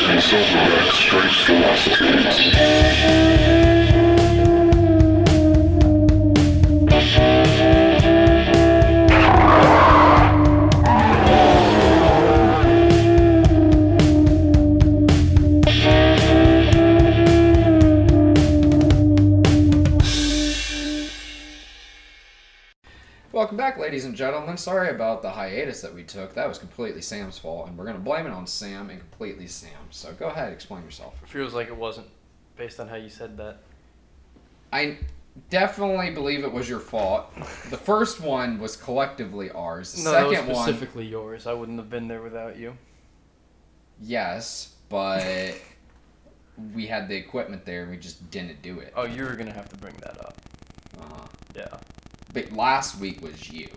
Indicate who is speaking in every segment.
Speaker 1: Silverback strikes the last two.
Speaker 2: Welcome back, ladies and gentlemen. Sorry about the hiatus that we took. That was completely Sam's fault, and we're going to blame it on Sam and completely Sam. So go ahead, explain yourself.
Speaker 3: Feels like it wasn't, based on how you said that.
Speaker 2: I definitely believe it was your fault. The first one was collectively ours. The
Speaker 3: No, that was
Speaker 2: second one,
Speaker 3: specifically yours. I wouldn't have been there without you.
Speaker 2: yes, but we had the equipment there and we just didn't do it.
Speaker 3: Oh, you were gonna have to bring that up.
Speaker 2: Uh-huh.
Speaker 3: Yeah,
Speaker 2: But last week was you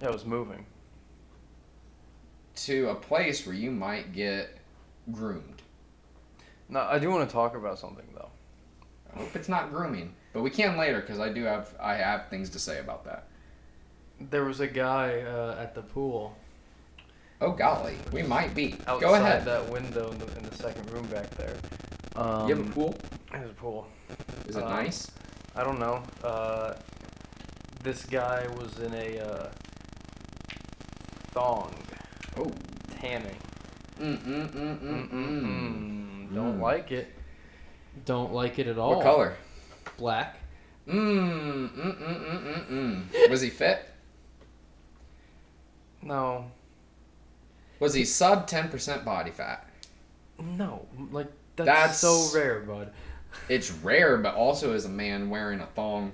Speaker 3: that was moving.
Speaker 2: to a place where you might get groomed.
Speaker 3: No, I do want to talk about something though.
Speaker 2: I hope it's not grooming, but we can later because I do have I have things to say about that.
Speaker 3: There was a guy uh, at the pool
Speaker 2: Oh golly, we might be.
Speaker 3: outside
Speaker 2: Go ahead.
Speaker 3: that window in the, in the second room back there.
Speaker 2: you have a
Speaker 3: Um,
Speaker 2: pool?
Speaker 3: there's a pool.
Speaker 2: Is it
Speaker 3: um,
Speaker 2: nice?
Speaker 3: I don't know. Uh, this guy was in a uh, thong
Speaker 2: Oh.
Speaker 3: tanning.
Speaker 2: Mm mm mm mm mm.
Speaker 3: Mm-mm-mm. Don't
Speaker 2: Mm.
Speaker 3: like it.
Speaker 4: Don't like it at all.
Speaker 2: What color?
Speaker 4: Black.
Speaker 2: Mm mm mm mm mm mm. Was he fit?
Speaker 3: No,
Speaker 2: Was he sub ten percent body fat?
Speaker 3: No, like
Speaker 2: That's-
Speaker 3: that's, so rare, bud.
Speaker 2: It's rare, but also is a man wearing a thong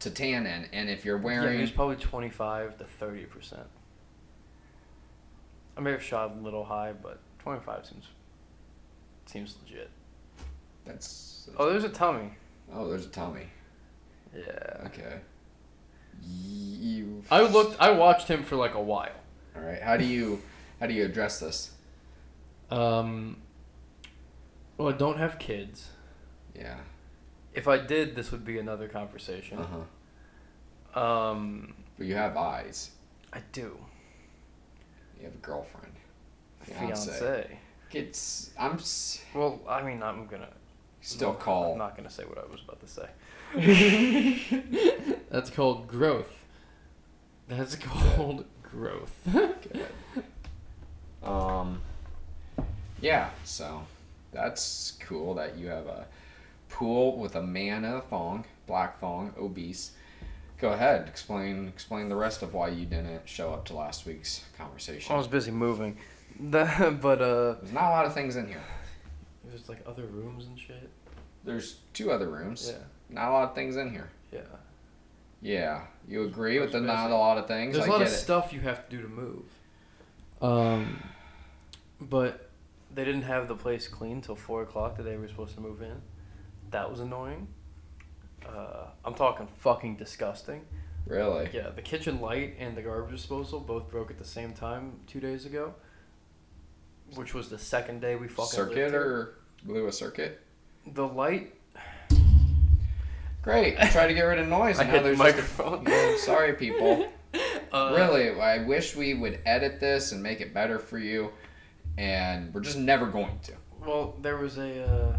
Speaker 2: to tan in, and if you're
Speaker 3: Yeah,
Speaker 2: wearing
Speaker 3: he's probably twenty-five to thirty percent. I may have shot a little high, but twenty-five seems seems legit.
Speaker 2: that's
Speaker 3: Oh, there's a tummy.
Speaker 2: oh, there's a tummy.
Speaker 3: Yeah.
Speaker 2: Okay. You.
Speaker 3: I looked. I watched him for like a while.
Speaker 2: All right. How do you how do you address this?
Speaker 4: Um.
Speaker 3: Well, I don't have kids.
Speaker 2: Yeah.
Speaker 3: If I did, this would be another conversation.
Speaker 2: Uh huh.
Speaker 3: Um,
Speaker 2: But you have eyes.
Speaker 3: I do.
Speaker 2: You have a girlfriend.
Speaker 3: Fiance.
Speaker 2: It's I'm s-
Speaker 3: Well, I mean, I'm gonna
Speaker 2: still
Speaker 3: I'm
Speaker 2: call.
Speaker 3: not gonna say what I was about to say.
Speaker 4: That's called growth. That's called growth.
Speaker 2: Good. Um. Yeah. So that's cool that you have a pool with a man in a thong, black thong, obese. Go ahead. Explain. Explain the rest of why you didn't show up to last week's conversation.
Speaker 3: I was busy moving. The, but uh,
Speaker 2: There's not a lot of things in here.
Speaker 3: There's like other rooms and shit.
Speaker 2: There's two other rooms.
Speaker 3: Yeah,
Speaker 2: Not a lot of things in here.
Speaker 3: yeah.
Speaker 2: Yeah. You agree with the
Speaker 3: There's
Speaker 2: not
Speaker 3: busy.
Speaker 2: a lot of things?
Speaker 3: There's
Speaker 2: I
Speaker 3: a lot of
Speaker 2: get it.
Speaker 3: stuff you have to do to move.
Speaker 4: Um.
Speaker 3: But they didn't have the place clean till four o'clock the day we were supposed to move in. That was annoying. Uh, I'm talking fucking disgusting.
Speaker 2: Really?
Speaker 3: Yeah, the kitchen light and the garbage disposal both broke at the same time two days ago, which was the second day we fucking lived
Speaker 2: Circuit
Speaker 3: here.
Speaker 2: or blew a circuit?
Speaker 3: the light.
Speaker 2: Great. Try to get rid of noise.
Speaker 3: I
Speaker 2: and now
Speaker 3: hit the
Speaker 2: there's just a-
Speaker 3: microphone.
Speaker 2: Yeah, sorry, people.
Speaker 3: Uh,
Speaker 2: really, I wish we would edit this and make it better for you, and we're just never going to.
Speaker 3: Well, there was a. Uh,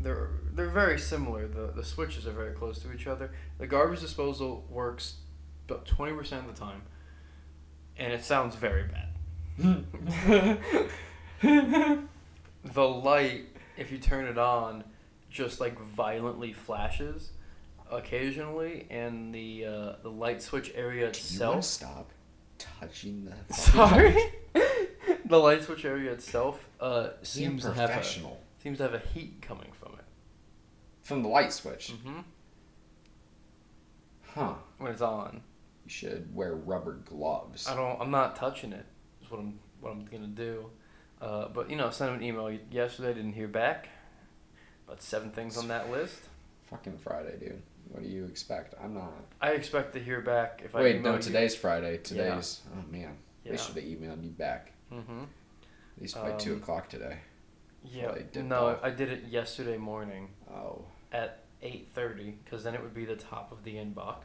Speaker 3: they're they're very similar. The the switches are very close to each other. The garbage disposal works about twenty percent of the time, and it sounds very bad. the light, if you turn it on, just like violently flashes occasionally, and the uh, the light switch area
Speaker 2: You wanna
Speaker 3: itself.
Speaker 2: stop touching the.
Speaker 3: Sorry. the light switch area itself uh,
Speaker 2: Be a
Speaker 3: seems to have a
Speaker 2: professional
Speaker 3: seems to have a heat coming from it.
Speaker 2: from the light switch,
Speaker 3: Mm-hmm.
Speaker 2: huh?
Speaker 3: When it's on,
Speaker 2: You should wear rubber gloves.
Speaker 3: I don't. I'm not touching it. Is what I'm what I'm gonna do. Uh, but you know, I sent him an email yesterday. Didn't hear back. About seven things on that list.
Speaker 2: Fucking Friday, dude. What do you expect? I'm not.
Speaker 3: I expect to hear back if I
Speaker 2: Wait,
Speaker 3: email
Speaker 2: no.
Speaker 3: you-
Speaker 2: Today's Friday. Today's. Oh man,
Speaker 3: Yeah.
Speaker 2: they should have emailed you back.
Speaker 3: Mm-hmm.
Speaker 2: At least by two
Speaker 3: Um,
Speaker 2: o'clock today.
Speaker 3: Yeah.
Speaker 2: They did
Speaker 3: no,
Speaker 2: not.
Speaker 3: I did it yesterday morning
Speaker 2: Oh,
Speaker 3: at eight thirty because then it would be the top of the inbox.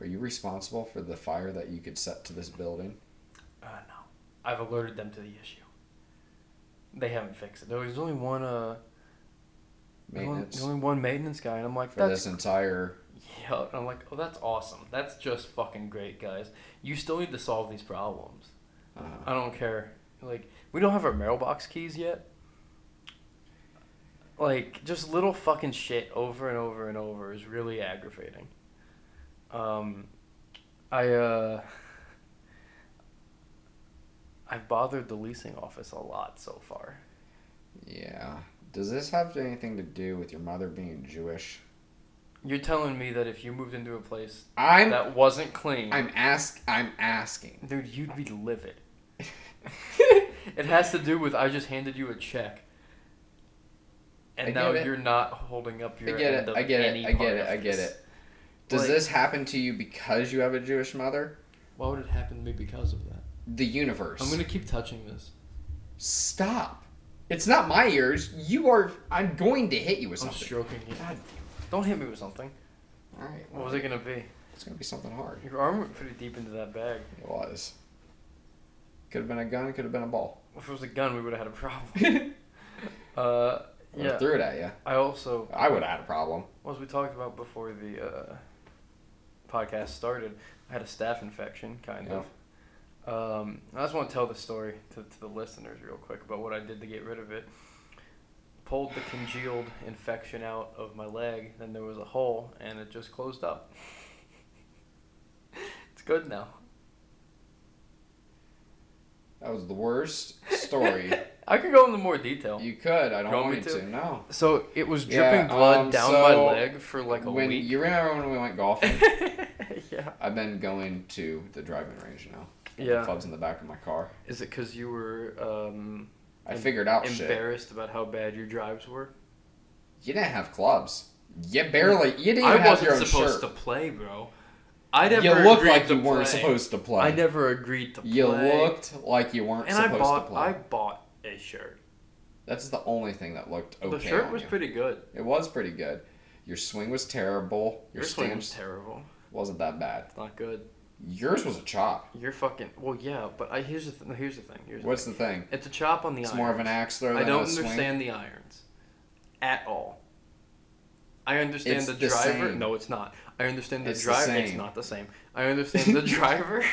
Speaker 2: are you responsible for the fire that
Speaker 3: Ah,
Speaker 2: you could set to this building?
Speaker 3: Uh, no, I've alerted them to the issue. they haven't fixed it. There was only one uh, there's only,
Speaker 2: maintenance
Speaker 3: there's only one maintenance guy, and I'm like,
Speaker 2: for
Speaker 3: that's
Speaker 2: this entire.
Speaker 3: yeah. And I'm like, oh, that's awesome. That's just fucking great, guys. You still need to solve these problems.
Speaker 2: Uh,
Speaker 3: I don't care. Like, we don't have our mailbox keys yet. Like, just little fucking shit over and over and over is really aggravating. Um, I, uh, I've bothered the leasing office a lot so far.
Speaker 2: yeah. Does this have anything to do with your mother being Jewish?
Speaker 3: You're telling me that if you moved into a place
Speaker 2: I'm
Speaker 3: that wasn't clean,
Speaker 2: I'm ask I'm asking.
Speaker 3: dude, you'd be livid. it has to do with I just handed you a check. And
Speaker 2: I
Speaker 3: now
Speaker 2: get it.
Speaker 3: you're not holding up
Speaker 2: I
Speaker 3: your
Speaker 2: get
Speaker 3: end
Speaker 2: it.
Speaker 3: of
Speaker 2: I get
Speaker 3: any
Speaker 2: it. I get
Speaker 3: part
Speaker 2: it.
Speaker 3: of
Speaker 2: I get
Speaker 3: this.
Speaker 2: it. Does
Speaker 3: Like-
Speaker 2: this happen to you because you have a Jewish mother?
Speaker 4: Why would it happen to me because of that?
Speaker 2: The universe.
Speaker 4: I'm gonna keep touching this.
Speaker 2: Stop. It's not my ears. You are. I'm going to hit you with
Speaker 4: I'm
Speaker 2: something.
Speaker 4: stroking it.
Speaker 2: God.
Speaker 3: Don't hit me with something.
Speaker 2: All right.
Speaker 3: What was it gonna be?
Speaker 2: It's gonna be something hard.
Speaker 3: Your arm went pretty deep into that bag.
Speaker 2: It was. Could have been a gun. Could have been a ball.
Speaker 3: If it was a gun, we would have had a problem.
Speaker 2: Or
Speaker 3: Uh, yeah.
Speaker 2: Threw it at you.
Speaker 3: I also,
Speaker 2: I would have had a problem.
Speaker 3: as we talked about before the uh, podcast started, I had a staph infection, kind
Speaker 2: Yeah.
Speaker 3: of. Um, I just want to tell the story to, to the listeners real quick about what I did to get rid of it. Pulled the congealed infection out of my leg, then there was a hole, and it just closed up. it's good now.
Speaker 2: That was the worst story.
Speaker 3: I could go into more detail.
Speaker 2: you could. I don't
Speaker 3: You want
Speaker 2: want
Speaker 3: me
Speaker 2: you
Speaker 3: to?
Speaker 2: to. No.
Speaker 3: So it was
Speaker 2: Yeah,
Speaker 3: dripping blood
Speaker 2: um,
Speaker 3: down my
Speaker 2: so
Speaker 3: leg for like a
Speaker 2: when
Speaker 3: week.
Speaker 2: you remember when we went golfing?
Speaker 3: yeah.
Speaker 2: I've been going to the driving range now.
Speaker 3: Yeah.
Speaker 2: Clubs in the back of my car.
Speaker 3: Is it because you were um,
Speaker 2: I
Speaker 3: Em-
Speaker 2: figured out shit.
Speaker 3: embarrassed about how bad your drives were?
Speaker 2: You didn't have clubs. You barely. You didn't even
Speaker 3: I
Speaker 2: have
Speaker 3: wasn't
Speaker 2: your own
Speaker 3: supposed
Speaker 2: shirt.
Speaker 3: to play, bro. I never.
Speaker 2: you looked
Speaker 3: agreed
Speaker 2: like
Speaker 3: to
Speaker 2: you weren't
Speaker 3: play.
Speaker 2: supposed to play.
Speaker 3: I never agreed to play.
Speaker 2: You looked like you weren't
Speaker 3: And I
Speaker 2: supposed
Speaker 3: bought.
Speaker 2: to play.
Speaker 3: I bought a shirt.
Speaker 2: That's the only thing that looked okay.
Speaker 3: the shirt
Speaker 2: on
Speaker 3: was
Speaker 2: you.
Speaker 3: pretty good.
Speaker 2: It was pretty good. Your swing was terrible. Your,
Speaker 3: Your swing was
Speaker 2: stance
Speaker 3: terrible.
Speaker 2: wasn't that bad.
Speaker 3: It's not good.
Speaker 2: Yours was a chop.
Speaker 3: You're fucking. Well, yeah, but I here's the th- here's the thing. Here's the
Speaker 2: What's the thing?
Speaker 3: thing. It's a chop on the.
Speaker 2: It's more of an
Speaker 3: irons.
Speaker 2: axe throw.
Speaker 3: I
Speaker 2: than
Speaker 3: don't
Speaker 2: a swing.
Speaker 3: understand the irons at all. I understand
Speaker 2: It's
Speaker 3: the,
Speaker 2: the
Speaker 3: driver.
Speaker 2: same.
Speaker 3: No, it's not. I understand the
Speaker 2: It's the
Speaker 3: driver. It's
Speaker 2: same.
Speaker 3: not the same. I understand the driver,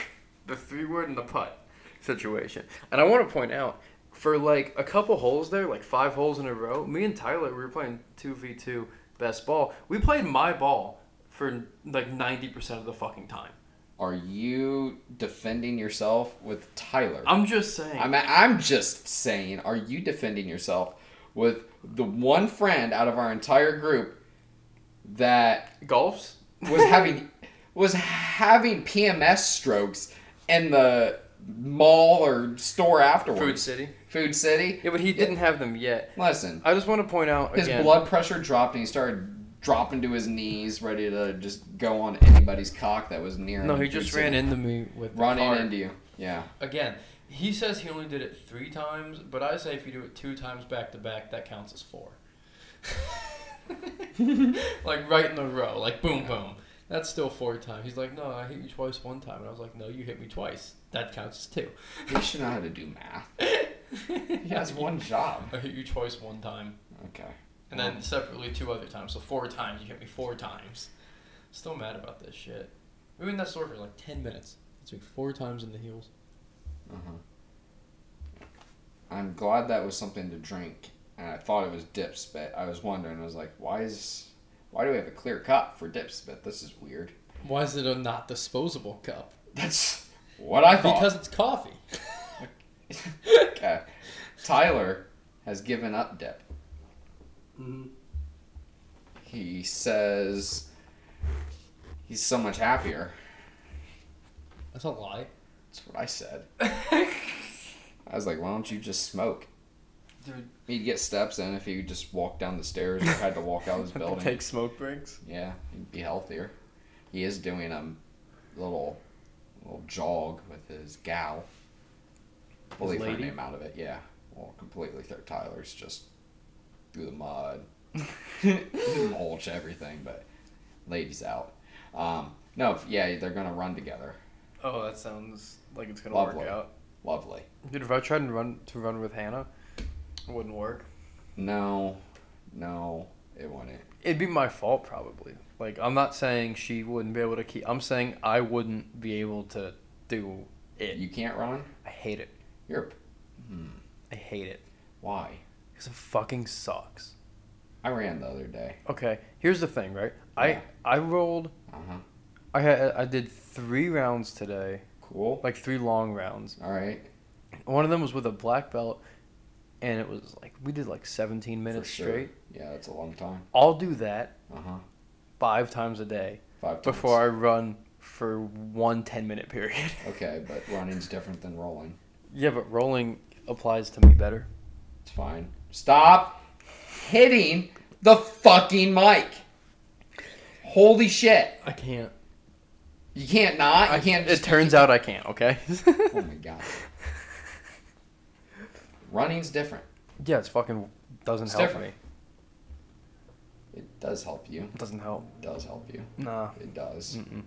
Speaker 3: the three wood, and the putt situation. And I want to point out for like a couple holes there, like five holes in a row, me and Tyler, we were playing 2v2 best ball. We played my ball for like 90% of the fucking time.
Speaker 2: Are you defending yourself with Tyler?
Speaker 3: I'm just saying.
Speaker 2: I'm, I'm just saying, are you defending yourself with the one friend out of our entire group that
Speaker 3: golfs?
Speaker 2: was having was having PMS strokes in the mall or store
Speaker 3: Food
Speaker 2: afterwards?
Speaker 3: City.
Speaker 2: Food City.
Speaker 3: Yeah, but he didn't have them yet.
Speaker 2: Listen,
Speaker 3: I just want to point out
Speaker 2: his
Speaker 3: again.
Speaker 2: blood pressure dropped and he started dropping to his knees, ready to just go on anybody's cock that was near him.
Speaker 4: No, he
Speaker 2: in Food
Speaker 4: just
Speaker 2: City.
Speaker 4: ran into me with the
Speaker 2: running
Speaker 4: car.
Speaker 2: into you. Yeah.
Speaker 4: again. He says he only did it three times, but I say if you do it two times back to back, that counts as four. like right in a row, like boom, boom. That's still four times. He's like, no, I hit you twice one time, and I was like, no, you hit me twice. That counts as two.
Speaker 2: He should know how to do math. He has one job.
Speaker 4: I hit you twice one time,
Speaker 2: Okay.
Speaker 4: and then separately two other times. So four times. You hit me four times. Still mad about this shit. We were in that store for like ten minutes. It's like four times in the heels.
Speaker 2: Uh-huh. I'm glad that was something to drink, and I thought it was dips, but I was wondering. I was like, why is why do we have a clear cup for dips? But this is weird.
Speaker 4: Why is it a not disposable cup?
Speaker 2: That's what I thought.
Speaker 4: Because it's coffee.
Speaker 2: okay. Tyler has given up dip.
Speaker 3: Mm-hmm.
Speaker 2: He says he's so much happier.
Speaker 4: That's a lie.
Speaker 2: That's what I said. I was like, why don't you just smoke?
Speaker 3: Dude.
Speaker 2: He'd get steps in if he just walked down the stairs or had to walk out his building.
Speaker 3: Take smoke breaks.
Speaker 2: Yeah, he'd be healthier. He is doing a little little jog with his gal. We'll
Speaker 3: His
Speaker 2: leave her
Speaker 3: lady?
Speaker 2: name out of it, yeah. Well, completely throw Tyler's just through the mud, mulch, everything, but lady's out. Um, no, if- yeah, they're going to run together.
Speaker 3: Oh, that sounds like it's gonna
Speaker 2: Lovely.
Speaker 3: work out.
Speaker 2: Lovely.
Speaker 3: Dude, if I tried to run to run with Hannah, It wouldn't work.
Speaker 2: No, no, it wouldn't.
Speaker 3: It'd be my fault probably. Like I'm not saying she wouldn't be able to keep. I'm saying I wouldn't be able to do it.
Speaker 2: You can't run.
Speaker 3: I hate it.
Speaker 2: You're. Hmm.
Speaker 3: I hate it
Speaker 2: Why?
Speaker 3: because it fucking sucks.
Speaker 2: I ran the other day.
Speaker 3: Okay, here's the thing, right?
Speaker 2: Yeah.
Speaker 3: I I rolled.
Speaker 2: Uh huh.
Speaker 3: I had I did three rounds today,
Speaker 2: Cool.
Speaker 3: like three long rounds.
Speaker 2: All right.
Speaker 3: One of them was with a black belt, and it was like we did like 17 minutes
Speaker 2: sure.
Speaker 3: straight.
Speaker 2: Yeah, that's a long time.
Speaker 3: I'll do that
Speaker 2: Uh huh.
Speaker 3: five times a day
Speaker 2: Five times.
Speaker 3: before I run for one 10 minute period.
Speaker 2: Okay, but running's different than rolling.
Speaker 3: yeah, but rolling applies to me better.
Speaker 2: It's fine. Stop hitting the fucking mic. Holy shit.
Speaker 3: I can't.
Speaker 2: You can't not.
Speaker 3: I
Speaker 2: You can't.
Speaker 3: It turns out I can't. Okay.
Speaker 2: Oh my god. Running's different.
Speaker 3: yeah, it's fucking doesn't
Speaker 2: It's
Speaker 3: help
Speaker 2: different.
Speaker 3: me.
Speaker 2: It does help you.
Speaker 3: It doesn't help.
Speaker 2: It does help you.
Speaker 3: Nah.
Speaker 2: It does.
Speaker 3: Mm-mm.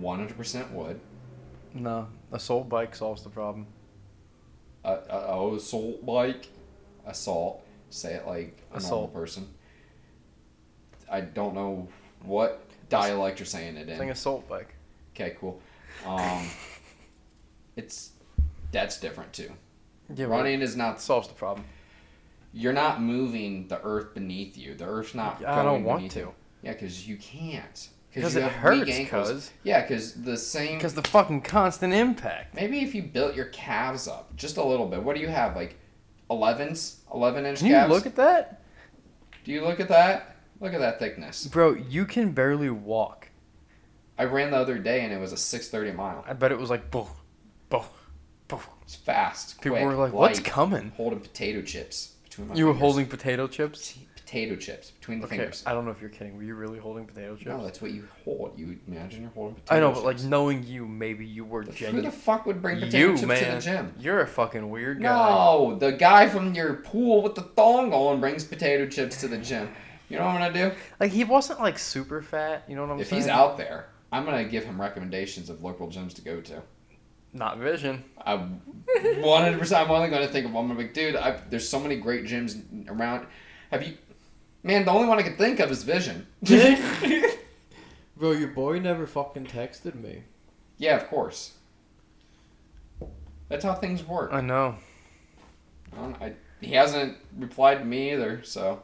Speaker 2: 100% would.
Speaker 3: Nah. A soul bike solves the problem.
Speaker 2: A, a, a assault like assault. Say it like a normal
Speaker 3: Assault.
Speaker 2: person. I don't know what dialect you're saying it in.
Speaker 3: I think a soul bike.
Speaker 2: Okay, cool. Um, it's that's different too.
Speaker 3: Yeah, but
Speaker 2: Running is
Speaker 3: it
Speaker 2: not.
Speaker 3: solves the problem.
Speaker 2: You're not moving the earth beneath you. The earth's not.
Speaker 3: Yeah, I don't
Speaker 2: going
Speaker 3: want
Speaker 2: beneath
Speaker 3: to.
Speaker 2: you. Yeah, because you can't.
Speaker 3: 'Cause
Speaker 2: you
Speaker 3: it
Speaker 2: have weak
Speaker 3: hurts,
Speaker 2: ankles.
Speaker 3: 'cause.
Speaker 2: Yeah, because the same.
Speaker 3: Because the fucking constant impact.
Speaker 2: Maybe if you built your calves up just a little bit. What do you have? Like 11s, 11 inch
Speaker 3: Can you
Speaker 2: calves.
Speaker 3: look at that?
Speaker 2: do you look at that? Look at that thickness.
Speaker 3: Bro, you can barely walk.
Speaker 2: I ran the other day and it was a 6:30 mile.
Speaker 3: I bet it was like, boom, boom, boom.
Speaker 2: It's fast.
Speaker 3: People
Speaker 2: quick,
Speaker 3: were like, what's
Speaker 2: light,
Speaker 3: coming?
Speaker 2: Holding potato chips between my
Speaker 3: You were
Speaker 2: fingers.
Speaker 3: holding potato chips?
Speaker 2: T- potato chips between the
Speaker 3: Okay,
Speaker 2: fingers.
Speaker 3: I don't know if you're kidding. Were you really holding potato chips?
Speaker 2: No, that's what you hold. You imagine you're holding potato
Speaker 3: I know, but
Speaker 2: chips.
Speaker 3: like knowing you, maybe you were
Speaker 2: who the
Speaker 3: genuine.
Speaker 2: fuck would bring potato
Speaker 3: You,
Speaker 2: chips
Speaker 3: man.
Speaker 2: to the gym?
Speaker 3: You're a fucking weird guy.
Speaker 2: No, the guy from your pool with the thong on brings potato chips to the gym. You know what I'm gonna do?
Speaker 3: Like, he wasn't like super fat. You know what I'm
Speaker 2: If
Speaker 3: saying?
Speaker 2: he's out there, I'm gonna give him recommendations of local gyms to go to.
Speaker 3: Not vision.
Speaker 2: I 100. percent I'm only gonna think of one. I'm like, dude, i there's so many great gyms around. Have you? Man, the only one I can think of is Vision.
Speaker 4: Bro, your boy never fucking texted me.
Speaker 2: yeah, of course. That's how things work.
Speaker 3: I know.
Speaker 2: I don't, I, he hasn't replied to me either, so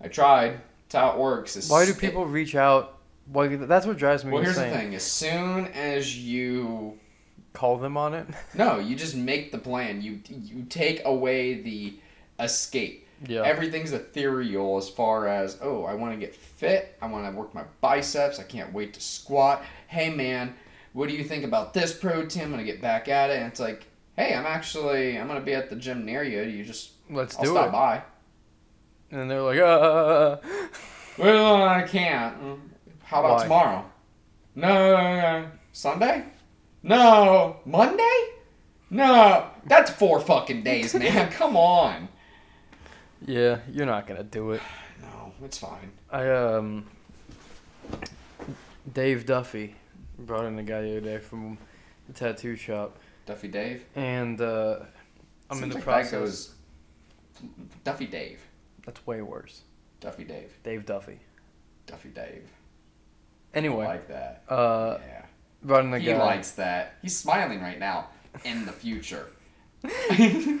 Speaker 2: I tried. It's how it works. It's-
Speaker 3: Why do people reach out? Why, that's what drives me
Speaker 2: well, here's
Speaker 3: insane.
Speaker 2: the thing. As soon as you
Speaker 3: Call them on it.
Speaker 2: no, you just make the plan. You you take away the escape.
Speaker 3: Yeah.
Speaker 2: Everything's ethereal as far as oh, I want to get fit. I want to work my biceps. I can't wait to squat. Hey man, what do you think about this protein? I'm gonna get back at it. And it's like, hey, I'm actually I'm gonna be at the gym near you. You just
Speaker 3: Let's
Speaker 2: I'll
Speaker 3: do
Speaker 2: stop
Speaker 3: it.
Speaker 2: by.
Speaker 3: And they're like, uh.
Speaker 2: Well, I can't. Mm. How about
Speaker 3: Why?
Speaker 2: tomorrow? No, no, no, no. Sunday? No. Monday? No. That's four fucking days, man. Come on.
Speaker 3: Yeah, you're not gonna do it.
Speaker 2: No, it's fine.
Speaker 3: I um, Dave Duffy brought in a guy the other day from the tattoo shop,
Speaker 2: Duffy Dave.
Speaker 3: and uh, I'm in
Speaker 2: Seems
Speaker 3: the
Speaker 2: like
Speaker 3: process.
Speaker 2: That goes Duffy Dave.
Speaker 3: That's way worse.
Speaker 2: Duffy Dave.
Speaker 3: Dave Duffy.
Speaker 2: Duffy Dave. I
Speaker 3: Anyway,
Speaker 2: like that.
Speaker 3: uh,
Speaker 2: yeah.
Speaker 3: brought in a
Speaker 2: he
Speaker 3: guy.
Speaker 2: likes that. He's smiling right now. In the future.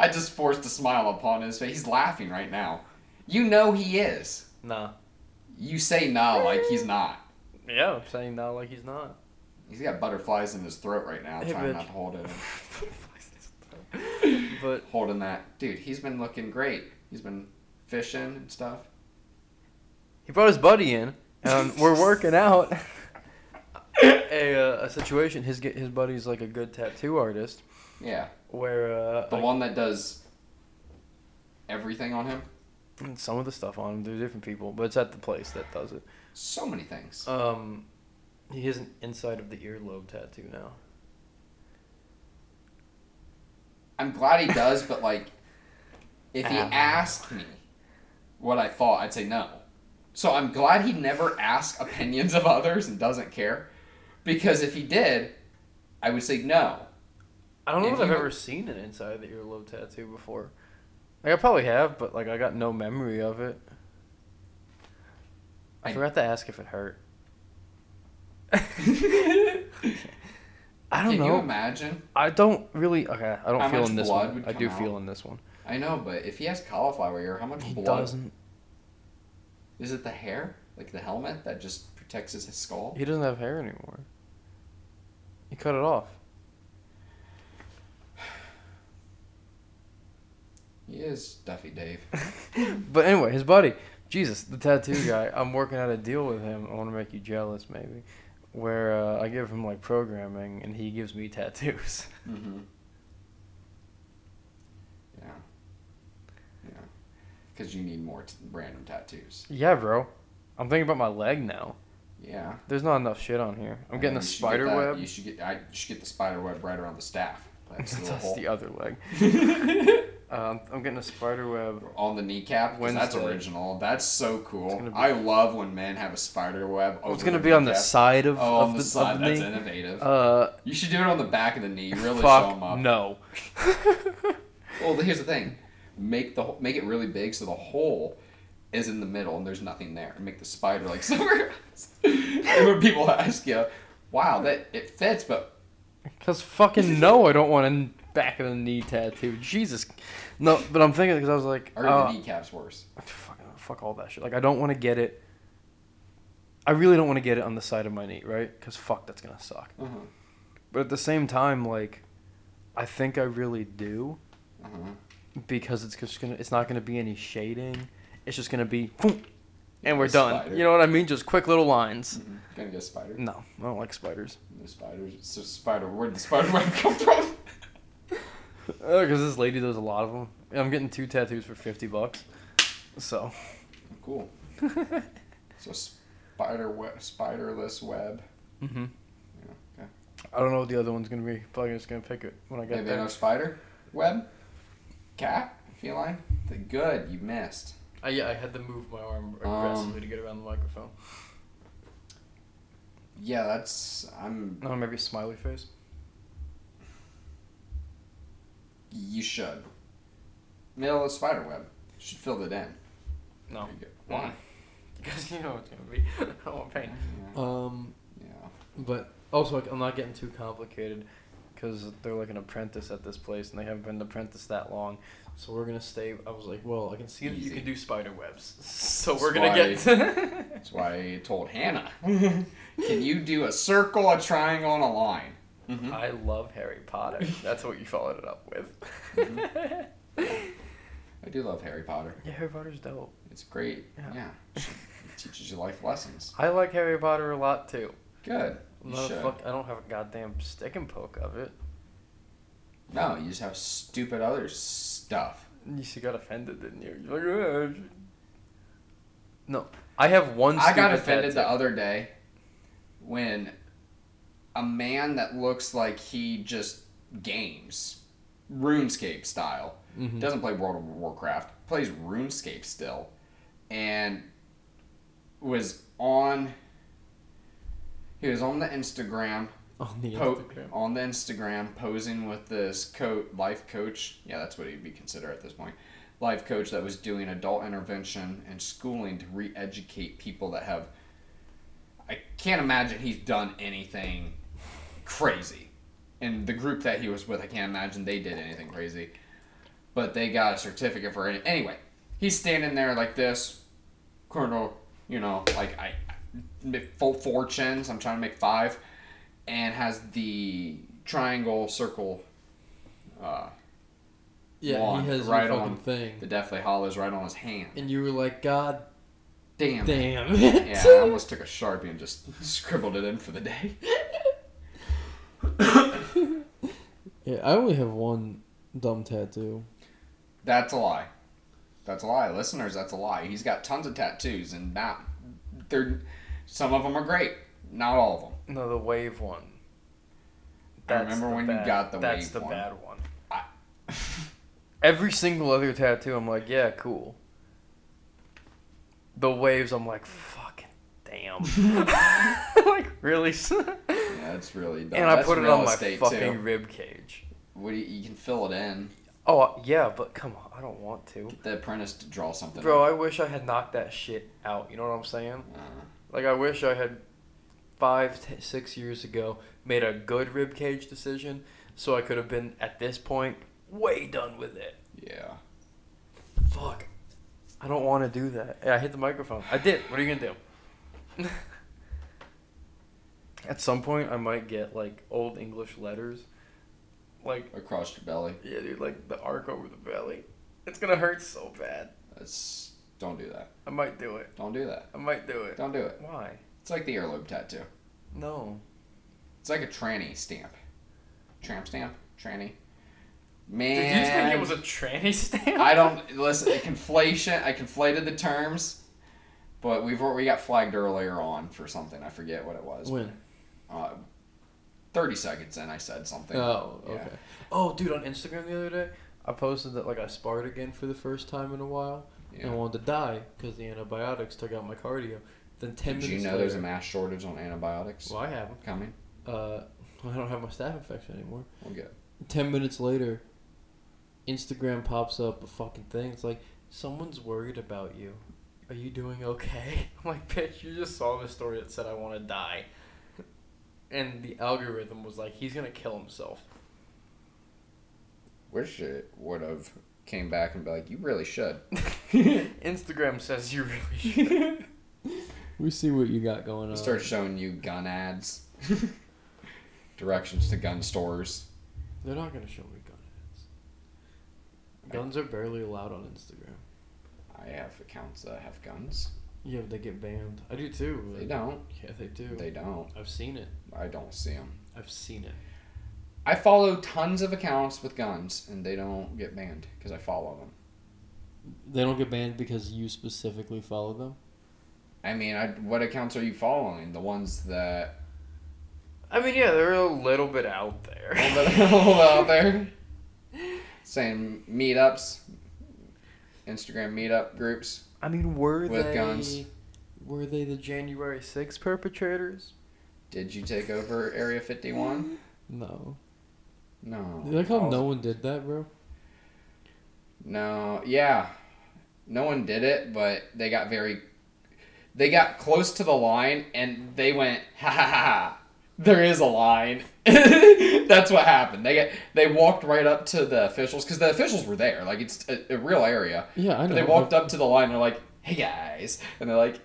Speaker 2: I just forced a smile upon his face. He's laughing right now. You know he is.
Speaker 3: nah.
Speaker 2: You say nah like he's not.
Speaker 3: Yeah, I'm saying not like he's not.
Speaker 2: He's got butterflies in his throat right now,
Speaker 3: Hey,
Speaker 2: trying
Speaker 3: bitch.
Speaker 2: not to hold it.
Speaker 3: but
Speaker 2: Holding that. Dude, he's been looking great. He's been fishing and stuff.
Speaker 3: he brought his buddy in, and we're working out a uh, a situation. His his buddy's like a good tattoo artist,
Speaker 2: Yeah.
Speaker 3: where uh,
Speaker 2: The
Speaker 3: I-
Speaker 2: one that does everything on him.
Speaker 3: And some of the stuff on them, they're different people, but it's at the place that does it.
Speaker 2: So many things.
Speaker 3: Um, he has an inside of the earlobe tattoo now.
Speaker 2: I'm glad he does, but like, if he
Speaker 3: Uh-huh.
Speaker 2: asked me what I thought, I'd say no. So I'm glad he never asks opinions of others and doesn't care. Because if he did, I would say no.
Speaker 3: I don't know
Speaker 2: If
Speaker 3: if I've
Speaker 2: you-
Speaker 3: ever seen an inside the earlobe tattoo before. Like I probably have, but like I got no memory of it. I
Speaker 2: I-
Speaker 3: forgot to ask if it hurt. I don't
Speaker 2: Can you
Speaker 3: know.
Speaker 2: imagine?
Speaker 3: I don't really. Okay, I don't
Speaker 2: How
Speaker 3: feel
Speaker 2: much
Speaker 3: in this
Speaker 2: blood
Speaker 3: one.
Speaker 2: would
Speaker 3: I do
Speaker 2: come
Speaker 3: feel
Speaker 2: out?
Speaker 3: in this one.
Speaker 2: I know, but if he has cauliflower ear, how much
Speaker 3: He
Speaker 2: blood?
Speaker 3: doesn't.
Speaker 2: Is it the hair, like the helmet that just protects his skull?
Speaker 3: He doesn't have hair anymore. He cut it off.
Speaker 2: He is Duffy Dave.
Speaker 3: But anyway, his buddy, Jesus, the tattoo guy. I'm working out a deal with him. I want to make you jealous, maybe. Where uh, I give him like programming, and he gives me tattoos.
Speaker 2: Mm-hmm. Yeah. Yeah. Because you need more t- random tattoos.
Speaker 3: yeah, bro. I'm thinking about my leg now.
Speaker 2: Yeah.
Speaker 3: There's not enough shit on here. I'm
Speaker 2: I
Speaker 3: getting
Speaker 2: know,
Speaker 3: a
Speaker 2: you should get
Speaker 3: spider
Speaker 2: that-
Speaker 3: web.
Speaker 2: You should get. I you should get the spider web right around the staff. That's the
Speaker 3: That's
Speaker 2: hole.
Speaker 3: the other leg. Um, I'm getting a spider web.
Speaker 2: On the kneecap, 'cause that's
Speaker 3: Wednesday.
Speaker 2: original. That's so cool.
Speaker 3: gonna be-
Speaker 2: I love when men have a spider web.
Speaker 3: Oh, it's
Speaker 2: over
Speaker 3: gonna
Speaker 2: their
Speaker 3: be on the
Speaker 2: kneecap.
Speaker 3: side of,
Speaker 2: Oh,
Speaker 3: of
Speaker 2: on
Speaker 3: the,
Speaker 2: the side.
Speaker 3: of the
Speaker 2: That's
Speaker 3: knee.
Speaker 2: innovative.
Speaker 3: Uh,
Speaker 2: you should do it on the back of the knee. Really show them
Speaker 3: fuck
Speaker 2: up.
Speaker 3: no.
Speaker 2: Well, here's the thing: make the make it really big so the hole is in the middle and there's nothing there. Make the spider like somewhere else. and when people ask you, "Wow, that it fits," but
Speaker 3: Cause fucking no, I don't want a back of the knee tattoo. Jesus, no. But I'm thinking because I was like,
Speaker 2: are
Speaker 3: uh,
Speaker 2: the kneecaps worse?
Speaker 3: fuck, fuck all that shit. Like I don't want to get it. I really don't want to get it on the side of my knee, right? Because fuck, that's gonna suck.
Speaker 2: Uh-huh.
Speaker 3: But at the same time, like, I think I really do
Speaker 2: Uh-huh.
Speaker 3: because it's just gonna. It's not gonna be any shading. It's just gonna be, boom, and we're
Speaker 2: A
Speaker 3: done.
Speaker 2: spider.
Speaker 3: You know what I mean? Just quick little lines.
Speaker 2: Mhm. Gonna get a spider.
Speaker 3: No, I don't like spiders.
Speaker 2: No spiders. It's a spider. Where did the spider web come from?
Speaker 3: Because Oh, this lady does a lot of them. I'm getting two tattoos for fifty bucks. So.
Speaker 2: cool. So spider web, spiderless web.
Speaker 3: hmm
Speaker 2: Yeah, okay.
Speaker 3: I don't know what the other one's gonna be. Probably just gonna pick it when I get
Speaker 2: Maybe
Speaker 3: there.
Speaker 2: another spider web. Cat feline. The good you missed.
Speaker 4: I, yeah, I had to move my
Speaker 2: Um,
Speaker 4: arm
Speaker 2: aggressively
Speaker 4: to get around the microphone.
Speaker 2: Yeah, that's I'm
Speaker 3: No, maybe smiley face.
Speaker 2: You should. Middle of spider web. Should fill it in.
Speaker 3: No.
Speaker 2: There you go. Why?
Speaker 4: Because you know it's gonna be. I want pain.
Speaker 2: Yeah.
Speaker 3: Um,
Speaker 2: yeah.
Speaker 3: but also like, I'm not getting too complicated, because they're like an apprentice at this place, and they haven't been an apprentice that long. So we're gonna stay. I was like, well, I can see that you
Speaker 2: Easy.
Speaker 3: can do spider webs, so
Speaker 2: That's
Speaker 3: we're gonna get.
Speaker 2: That's why I told Hannah. Can you do a circle, a triangle, and a line? Mm-hmm.
Speaker 3: I love Harry Potter. That's what you followed it up with.
Speaker 2: Mm-hmm. I do love Harry Potter.
Speaker 3: yeah, Harry Potter's dope.
Speaker 2: It's great.
Speaker 3: Yeah.
Speaker 2: Yeah. It teaches you life lessons.
Speaker 3: I like Harry Potter a lot too.
Speaker 2: Good.
Speaker 3: I'm
Speaker 2: You
Speaker 3: not a
Speaker 2: should.
Speaker 3: fuck- I don't have a goddamn stick and poke of it.
Speaker 2: No, you just have stupid other stuff.
Speaker 3: You should got offended, didn't you? You're like, "Ugh." no, I have one.
Speaker 2: I got
Speaker 3: stupid
Speaker 2: offended the
Speaker 3: tattoo.
Speaker 2: other day when a man that looks like he just games RuneScape style
Speaker 4: Mm-hmm.
Speaker 3: Hmm.
Speaker 2: doesn't play World of Warcraft, plays RuneScape still, and was on. He was on the Instagram
Speaker 4: On Oh, the
Speaker 2: po-
Speaker 4: Instagram.
Speaker 2: on the Instagram posing with this coat life coach. Yeah, that's what he'd be considered at this point. Life coach that was doing adult intervention and schooling to re-educate people that have. I can't imagine he's done anything crazy, and the group that he was with, I can't imagine they did anything crazy. But they got a certificate for it anyway. He's standing there like this, Colonel. You know, like I, make full fortunes. I'm trying to make five and has the triangle circle uh,
Speaker 4: Yeah,
Speaker 2: Wand,
Speaker 4: he has
Speaker 2: right
Speaker 4: your fucking
Speaker 2: on. the
Speaker 4: thing.
Speaker 2: Deathly Hollows right on his hand.
Speaker 4: And you were like, God
Speaker 2: Damn. it.
Speaker 4: damn it.
Speaker 2: Yeah, I almost took a sharpie and just scribbled it in for the day.
Speaker 4: Yeah, I only have one dumb tattoo.
Speaker 2: That's a lie. That's a lie, listeners. That's a lie. He's got tons of tattoos, and not they're some of them are great, not all of them.
Speaker 3: No, the wave one.
Speaker 2: remember
Speaker 3: the
Speaker 2: when you
Speaker 3: bad-
Speaker 2: got the
Speaker 3: That's
Speaker 2: wave
Speaker 3: the
Speaker 2: one.
Speaker 3: bad one.
Speaker 2: I-
Speaker 3: Every single other tattoo, I'm like, yeah, cool. The waves, I'm like, fucking damn. like really?
Speaker 2: Yeah, that's really dumb.
Speaker 3: and I
Speaker 2: That's
Speaker 3: put it
Speaker 2: real
Speaker 3: on my
Speaker 2: estate,
Speaker 3: fucking
Speaker 2: too.
Speaker 3: rib cage.
Speaker 2: What do you, you can fill it in.
Speaker 3: Oh yeah, but come on, I don't want to.
Speaker 2: Get the apprentice to draw something.
Speaker 3: Bro, I wish I had knocked that shit out. You know what I'm saying?
Speaker 2: up. Uh,
Speaker 3: Like I wish I had five, t- six years ago made a good ribcage decision, so I could have been at this point way done with it.
Speaker 2: yeah.
Speaker 3: Fuck. I don't want to do that. Hey, I hit the microphone. I did. What are you gonna do? At some point, I might get like old English letters, like
Speaker 2: Across your belly.
Speaker 3: yeah, dude, like the arc over the belly. It's gonna hurt so bad.
Speaker 2: That's don't do that.
Speaker 3: I might do it.
Speaker 2: Don't do that.
Speaker 3: I might do it.
Speaker 2: Don't do it.
Speaker 3: Why?
Speaker 2: It's like the earlobe tattoo.
Speaker 3: No.
Speaker 2: It's like a tranny stamp. Tramp stamp. Tranny.
Speaker 3: Did
Speaker 2: Man.
Speaker 3: you think it was a tranny stamp?
Speaker 2: I don't listen. Conflation. I conflated the terms, but we've we got flagged earlier on for something. I forget what it was.
Speaker 3: When?
Speaker 2: Uh, Thirty seconds in, I said something.
Speaker 3: Oh,
Speaker 2: Yeah.
Speaker 3: okay. Oh, dude, on Instagram the other day, I posted that like I sparred again for the first time in a while
Speaker 2: Yeah.
Speaker 3: and wanted to die because the antibiotics took out my cardio. Then ten
Speaker 2: Did
Speaker 3: minutes.
Speaker 2: you know there's
Speaker 3: later,
Speaker 2: a mass shortage on antibiotics
Speaker 3: Well, I have 'em.
Speaker 2: coming?
Speaker 3: Uh, I don't have my staph infection anymore.
Speaker 2: We'll get. it.
Speaker 3: Ten minutes later, Instagram pops up a fucking thing. It's like someone's worried about you. Are you doing okay? I'm like, bitch, you just saw the story that said I want to die, and the algorithm was like, he's gonna kill himself.
Speaker 2: Wish it would have came back and be like, you really should.
Speaker 3: Instagram says you really should. we see what you got going on.
Speaker 2: Start showing you gun ads, directions to gun stores.
Speaker 3: They're not gonna show me gun ads. Guns are barely allowed on Instagram.
Speaker 2: I have accounts that have guns.
Speaker 3: Yeah, but they get banned. I do too. but-
Speaker 2: They don't.
Speaker 3: Yeah, they do.
Speaker 2: They don't.
Speaker 3: I've seen it.
Speaker 2: I don't see them.
Speaker 3: I've seen it.
Speaker 2: I follow tons of accounts with guns, and they don't get banned because I follow them.
Speaker 3: They don't get banned because you specifically follow them.
Speaker 2: I mean, I, what accounts are you following? The ones that
Speaker 5: I mean, yeah, they're a little bit out there.
Speaker 2: all the- all out there saying meetups, Instagram meetup groups.
Speaker 3: I mean, were
Speaker 2: With they- guns.
Speaker 3: Were they the January 6 perpetrators?
Speaker 2: Did you take over Area Fifty One?
Speaker 3: No.
Speaker 2: No.
Speaker 3: like how no one did that, bro.
Speaker 2: No, yeah. No one did it, but they got very. They got close to the line and they went, ha ha ha. ha. There is a line. That's what happened. They get, they walked right up to the officials because the officials were there. Like it's a, a real area.
Speaker 3: Yeah, I
Speaker 2: But
Speaker 3: know.
Speaker 2: they walked up to the line. and They're like, "Hey guys," and they're like,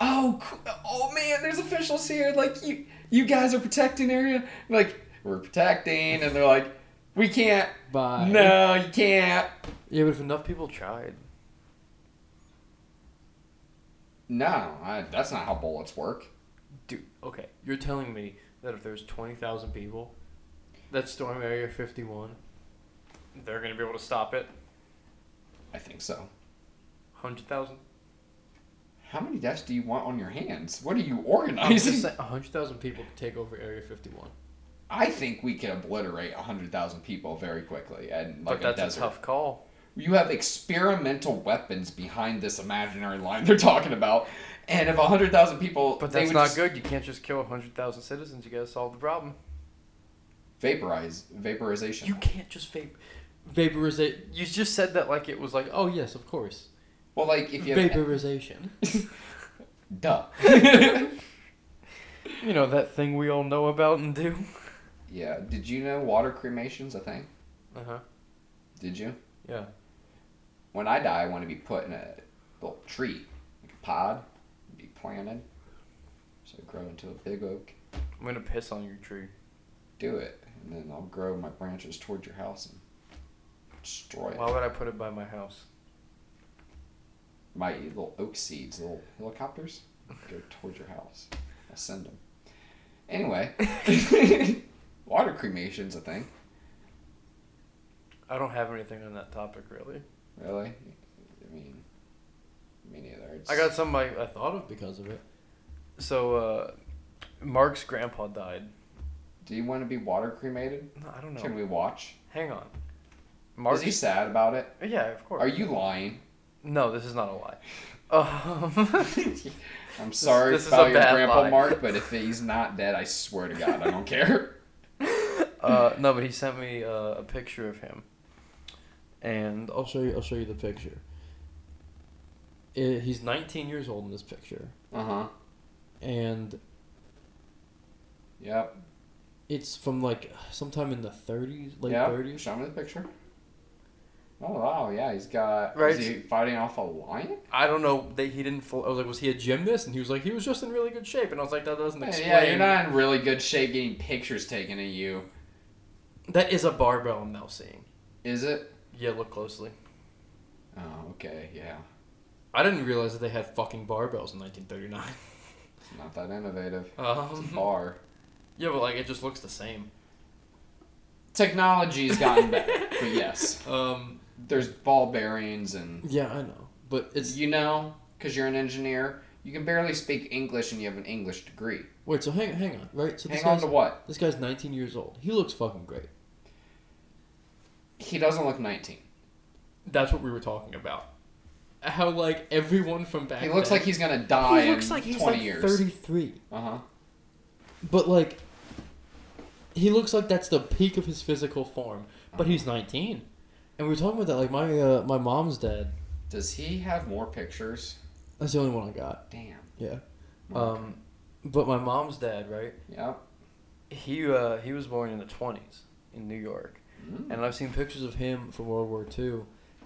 Speaker 2: "Oh, c- oh man, there's officials here. Like you, you guys are protecting area. And like we're protecting." And they're like, "We can't.
Speaker 3: Bye.
Speaker 2: No, you can't.
Speaker 3: Yeah, but if enough people tried.
Speaker 2: No, I, that's not how bullets work.
Speaker 3: Dude, okay. You're telling me that if there's 20,000 people that storm Area 51, they're going to be able to stop it?
Speaker 2: I think so.
Speaker 3: 100,000?
Speaker 2: How many deaths do you want on your hands? What are you
Speaker 3: I'm just
Speaker 2: organizing?
Speaker 3: saying 100,000 people could take over Area 51.
Speaker 2: I think we can obliterate 100,000 people very quickly. And like
Speaker 3: but that's
Speaker 2: a desert.
Speaker 3: a tough call.
Speaker 2: You have experimental weapons behind this imaginary line they're talking about. And if 100,000 people.
Speaker 3: But
Speaker 2: they
Speaker 3: that's
Speaker 2: would
Speaker 3: not
Speaker 2: just
Speaker 3: good. You can't just kill 100,000 citizens. You got to solve the problem.
Speaker 2: Vaporize. Vaporization.
Speaker 3: You can't just vape. Vaporization. You just said that like it was like, oh, yes, of course.
Speaker 2: well, like, if you have.
Speaker 3: Vaporization.
Speaker 2: Duh.
Speaker 3: you know, that thing we all know about and do.
Speaker 2: yeah. Did you know water cremation's a thing?
Speaker 3: Uh huh.
Speaker 2: Did you?
Speaker 3: Yeah.
Speaker 2: when I die, I want to be put in a little tree, like a pod, be planted, so I grow into a big oak.
Speaker 3: I'm going to piss on your tree.
Speaker 2: Do it, and then I'll grow my branches toward your house and destroy it.
Speaker 3: Why would I put it by my house?
Speaker 2: my little oak seeds, little helicopters, go towards your house. I'll send them. Anyway, water cremation's a thing,
Speaker 3: I don't have anything on that topic really.
Speaker 2: really. I mean, me neither. It's,
Speaker 3: I got something I, I thought of because of it. So, uh, Mark's grandpa died.
Speaker 2: Do you want to be water cremated?
Speaker 3: No, I don't know.
Speaker 2: Can we watch?
Speaker 3: Hang on.
Speaker 2: Is he sad about it?
Speaker 3: Yeah, of course.
Speaker 2: Are you lying?
Speaker 3: No, this is not a lie. Um,
Speaker 2: I'm sorry
Speaker 3: this is
Speaker 2: about
Speaker 3: a
Speaker 2: your
Speaker 3: bad
Speaker 2: grandpa
Speaker 3: lie.
Speaker 2: Mark, but if he's not dead, I swear to God, I don't care.
Speaker 3: Uh, no, but he sent me uh, a picture of him, and
Speaker 4: I'll show you. I'll show you the picture. I- he's 19 years old in this picture,
Speaker 2: Uh huh.
Speaker 3: Uh-huh.
Speaker 4: and
Speaker 2: Yep.
Speaker 4: it's from like sometime in the 30s, late
Speaker 2: yep.
Speaker 4: 30s.
Speaker 2: Show me the picture. Oh wow, yeah, he's got.
Speaker 3: Right.
Speaker 2: Is he fighting off a lion?
Speaker 4: I don't know. They, he didn't. Full, I was like, was he a gymnast? And he was like, he was just in really good shape. And I was like, that doesn't explain.
Speaker 2: Yeah, you're not in really good shape getting pictures taken of you.
Speaker 4: That is a barbell I'm now seeing.
Speaker 2: Is it?
Speaker 4: Yeah, look closely.
Speaker 2: Oh, okay, yeah.
Speaker 4: I didn't realize that they had fucking barbells in 1939.
Speaker 2: It's not that innovative. It's a
Speaker 3: Mm-hmm.
Speaker 4: Um,
Speaker 2: bar.
Speaker 4: yeah, but like it just looks the same.
Speaker 2: Technology's gotten better, but yes,
Speaker 4: Um,
Speaker 2: there's ball bearings and
Speaker 4: yeah, I know, but it's
Speaker 2: you know, because you're an engineer, you can barely speak English and you have an English degree.
Speaker 4: wait. So hang, hang on, right? So this
Speaker 2: Hang on
Speaker 4: guy's
Speaker 2: to what?
Speaker 4: this guy's 19 years old. He looks fucking great.
Speaker 2: He doesn't look 19.
Speaker 4: That's what we were talking about. How like everyone from back.
Speaker 2: He looks
Speaker 4: then-
Speaker 2: like he's gonna die
Speaker 4: He looks
Speaker 2: in
Speaker 4: like he's
Speaker 2: 20
Speaker 4: like
Speaker 2: years.
Speaker 4: 33.
Speaker 2: Uh huh.
Speaker 4: But like, he looks like that's the peak of his physical form. But he's nineteen, and we were talking about that. Like my uh, my mom's dad.
Speaker 2: Does he have more pictures?
Speaker 4: That's the only one I got.
Speaker 2: Damn.
Speaker 4: Yeah. Um, but my mom's dad, right?
Speaker 2: Yep.
Speaker 3: he uh, he was born in the twenties in New York,
Speaker 2: Mm.
Speaker 4: And I've seen pictures of him from World War II,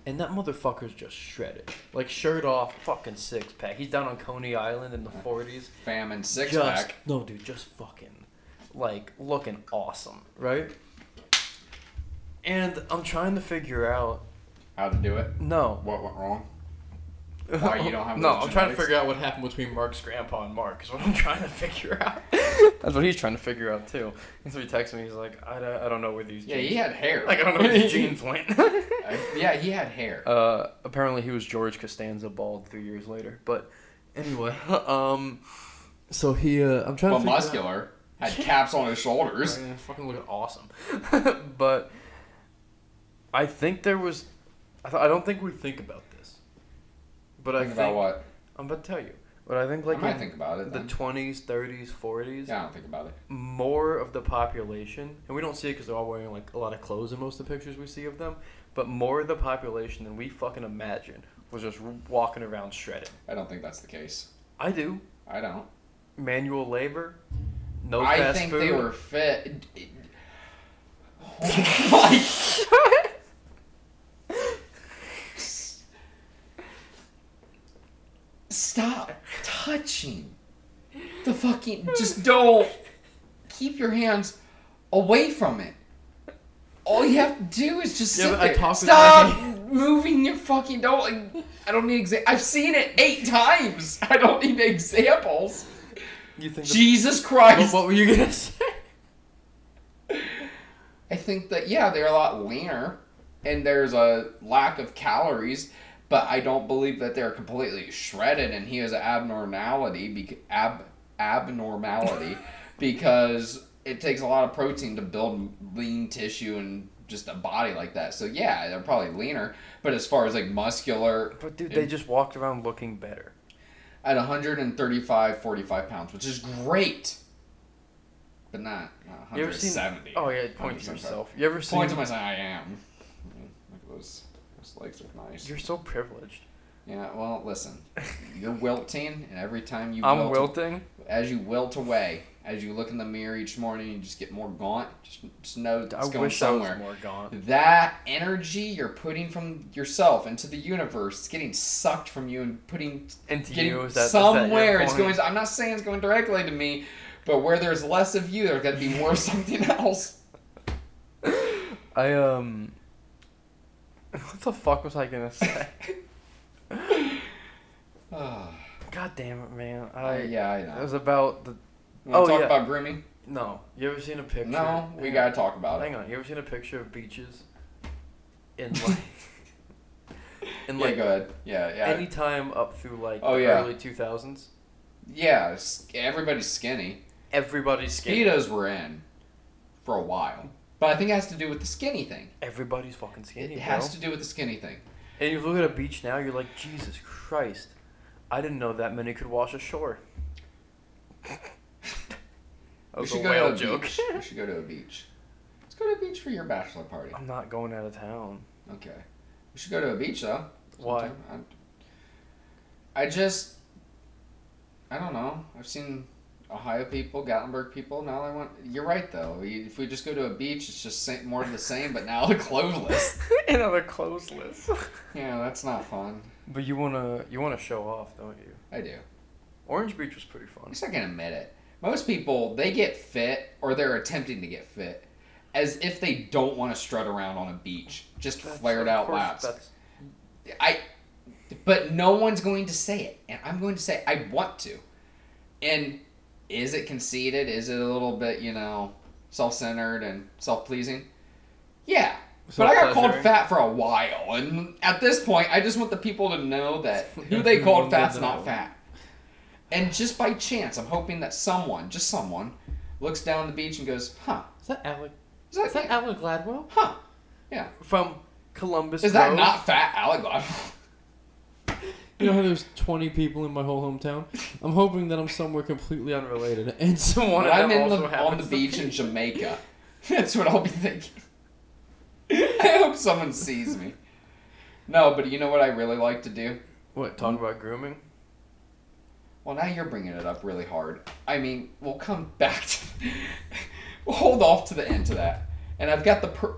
Speaker 4: and that motherfucker's just shredded. Like shirt off, fucking six pack. He's down on Coney Island in the forties.
Speaker 2: Famine six
Speaker 4: just,
Speaker 2: pack.
Speaker 4: No, dude, just fucking like looking awesome, right? And I'm trying to figure out.
Speaker 2: How to do it?
Speaker 3: no,
Speaker 2: What went wrong? Why you don't have
Speaker 4: no,
Speaker 2: those
Speaker 4: I'm trying to
Speaker 2: genetics?
Speaker 4: figure out what happened between Mark's grandpa and Mark. Is what I'm trying to figure out.
Speaker 3: that's what he's trying to figure out too. And so he texts me. He's like, I, don't- I don't know where these
Speaker 2: Yeah,
Speaker 3: genes-
Speaker 2: he had hair.
Speaker 3: like I don't know where these genes went.
Speaker 2: Uh, yeah, he had hair.
Speaker 3: Uh, apparently he was George Costanza bald three years later. But anyway, um,
Speaker 4: So he, uh, I'm trying to figure
Speaker 2: but
Speaker 4: out.
Speaker 2: muscular. Had caps on his shoulders.
Speaker 4: Yeah, fucking looking awesome.
Speaker 3: but I think there was. I, th- I don't think we think about this. But I
Speaker 2: Think
Speaker 3: think
Speaker 2: about what?
Speaker 3: I'm about to tell you. But I think
Speaker 2: I
Speaker 3: like
Speaker 2: might
Speaker 3: in
Speaker 2: think about it.
Speaker 3: the
Speaker 2: then.
Speaker 3: 20s, 30s, 40s,
Speaker 2: yeah, I don't think about it.
Speaker 3: more of the population, and we don't see it because they're all wearing like a lot of clothes in most of the pictures we see of them. But more of the population than we fucking imagine was just walking around shredded.
Speaker 2: I don't think that's the case.
Speaker 3: I do
Speaker 2: I don't.
Speaker 3: manual labor, no
Speaker 2: I
Speaker 3: fast
Speaker 2: think
Speaker 3: food.
Speaker 2: they were fit. Oh my- Stop touching the fucking. Just don't. Keep your hands away from it. All you have to do is just
Speaker 4: Yeah,
Speaker 2: sit
Speaker 4: but I
Speaker 2: there.
Speaker 4: talk with my
Speaker 2: Stop
Speaker 4: hand.
Speaker 2: moving your fucking. Don't. I don't need exa- I've seen it eight times. I don't need examples.
Speaker 4: You think? the-
Speaker 2: Jesus Christ.
Speaker 4: what, what were you gonna say?
Speaker 2: I think that yeah, they're a lot leaner, and there's a lack of calories, but I don't believe that they're completely shredded. And he has an abnormality, bec ab abnormality, because it takes a lot of protein to build lean tissue and just a body like that. So yeah, they're probably leaner, but as far as like muscular,
Speaker 3: But dude, they just walked around looking better.
Speaker 2: at 135, 45 pounds, which is great, but not, not
Speaker 3: You ever seen?
Speaker 2: 170.
Speaker 3: Oh yeah, point to
Speaker 2: 100%.
Speaker 3: yourself. You ever seen?
Speaker 2: Point to myself, I am. Look at those. Those legs are nice.
Speaker 3: You're so privileged.
Speaker 2: Yeah, well, listen. You're wilting, and every time you
Speaker 3: I'm
Speaker 2: wilt,
Speaker 3: wilting.
Speaker 2: as you wilt away, as you look in the mirror each morning, you just get more gaunt. Just, just know it's
Speaker 3: I
Speaker 2: going
Speaker 3: wish I
Speaker 2: somewhere.
Speaker 3: was more gaunt.
Speaker 2: That energy you're putting from yourself into the universe, it's getting sucked from you and putting
Speaker 3: And to
Speaker 2: getting
Speaker 3: you, is that is that your
Speaker 2: somewhere. it's
Speaker 3: point?
Speaker 2: going. I'm not saying it's going directly to me, but where there's less of you, there's got to be more of something else.
Speaker 3: I um. What the fuck was I gonna say?
Speaker 2: Ah,
Speaker 3: God damn it, man! I
Speaker 2: I- yeah, I
Speaker 3: It
Speaker 2: know.
Speaker 3: was about the
Speaker 2: You want
Speaker 3: Oh,
Speaker 2: to talk
Speaker 3: yeah.
Speaker 2: about grooming?
Speaker 3: no. You ever seen a picture?
Speaker 2: No, we
Speaker 3: Hang
Speaker 2: gotta talk about
Speaker 3: on.
Speaker 2: it.
Speaker 3: Hang on. You ever seen a picture of beaches? In like. in
Speaker 2: yeah,
Speaker 3: like
Speaker 2: go ahead. Yeah, yeah.
Speaker 3: any time up through like
Speaker 2: Oh,
Speaker 3: the
Speaker 2: yeah.
Speaker 3: early two thousands,
Speaker 2: yeah, s- everybody's skinny.
Speaker 3: everybody's skinny.
Speaker 2: Speedos were in for a while. But I think it has to do with the skinny thing.
Speaker 3: Everybody's fucking
Speaker 2: It
Speaker 3: skinny, bro.
Speaker 2: has to do with the skinny thing.
Speaker 3: And you look at a beach now, you're like, Jesus Christ, I didn't know that many could wash ashore. that
Speaker 2: We
Speaker 3: was
Speaker 2: should
Speaker 3: a
Speaker 2: go to
Speaker 3: whale
Speaker 2: a
Speaker 3: joke.
Speaker 2: beach. we should go to a beach. Let's go to a beach for your bachelor party.
Speaker 4: I'm not going out of town.
Speaker 2: Okay. We should go to a beach though.
Speaker 4: Why?
Speaker 2: sometime. I, I just I don't know. I've seen Ohio people, Gatlinburg people. Now I want. You're right though. We- If we just go to a beach, it's just sa- more of the same, but now cloveless.
Speaker 4: Another closeless.
Speaker 2: Yeah, that's not fun.
Speaker 4: but you wanna you wanna show off, don't you?
Speaker 2: I do.
Speaker 4: Orange Beach was pretty fun.
Speaker 2: I'm just not gonna admit it. Most people they get fit or they're attempting to get fit, as if they don't want to strut around on a beach, just flared
Speaker 4: of
Speaker 2: out
Speaker 4: course,
Speaker 2: loud.
Speaker 4: That's
Speaker 2: I, but no one's going to say it, and I'm going to say I want to. And is it conceited? Is it a little bit you know self-centered and self-pleasing? Yeah, but I got called
Speaker 4: Self-pleasuring.
Speaker 2: fat for a while, and at this point, I just want the people to know that who they called
Speaker 4: Everyone
Speaker 2: fat's
Speaker 4: will
Speaker 2: not
Speaker 4: know.
Speaker 2: fat. And just by chance, I'm hoping that someone, just someone, looks down the beach and goes, "Huh?
Speaker 4: is that Alec
Speaker 2: Is that,
Speaker 4: is that Alec Gladwell
Speaker 2: huh?
Speaker 3: From Columbus.
Speaker 2: Is that
Speaker 3: Grove.
Speaker 2: not fat, Oh, Alec?" Gladwell?
Speaker 4: You know how there's 20 people in my whole hometown? I'm hoping that I'm somewhere completely unrelated and someone
Speaker 2: When
Speaker 4: of
Speaker 2: I'm
Speaker 4: them
Speaker 2: in
Speaker 4: also
Speaker 2: the, on the
Speaker 4: happens to
Speaker 2: beach
Speaker 4: be-
Speaker 2: in Jamaica, that's what I'll be thinking. I hope someone sees me. No, but you know what I really like to do?
Speaker 4: What, talk about grooming?
Speaker 2: Well, now you're bringing it up really hard. I mean, we'll come back to. we'll hold off to the end to that. And I've got the per.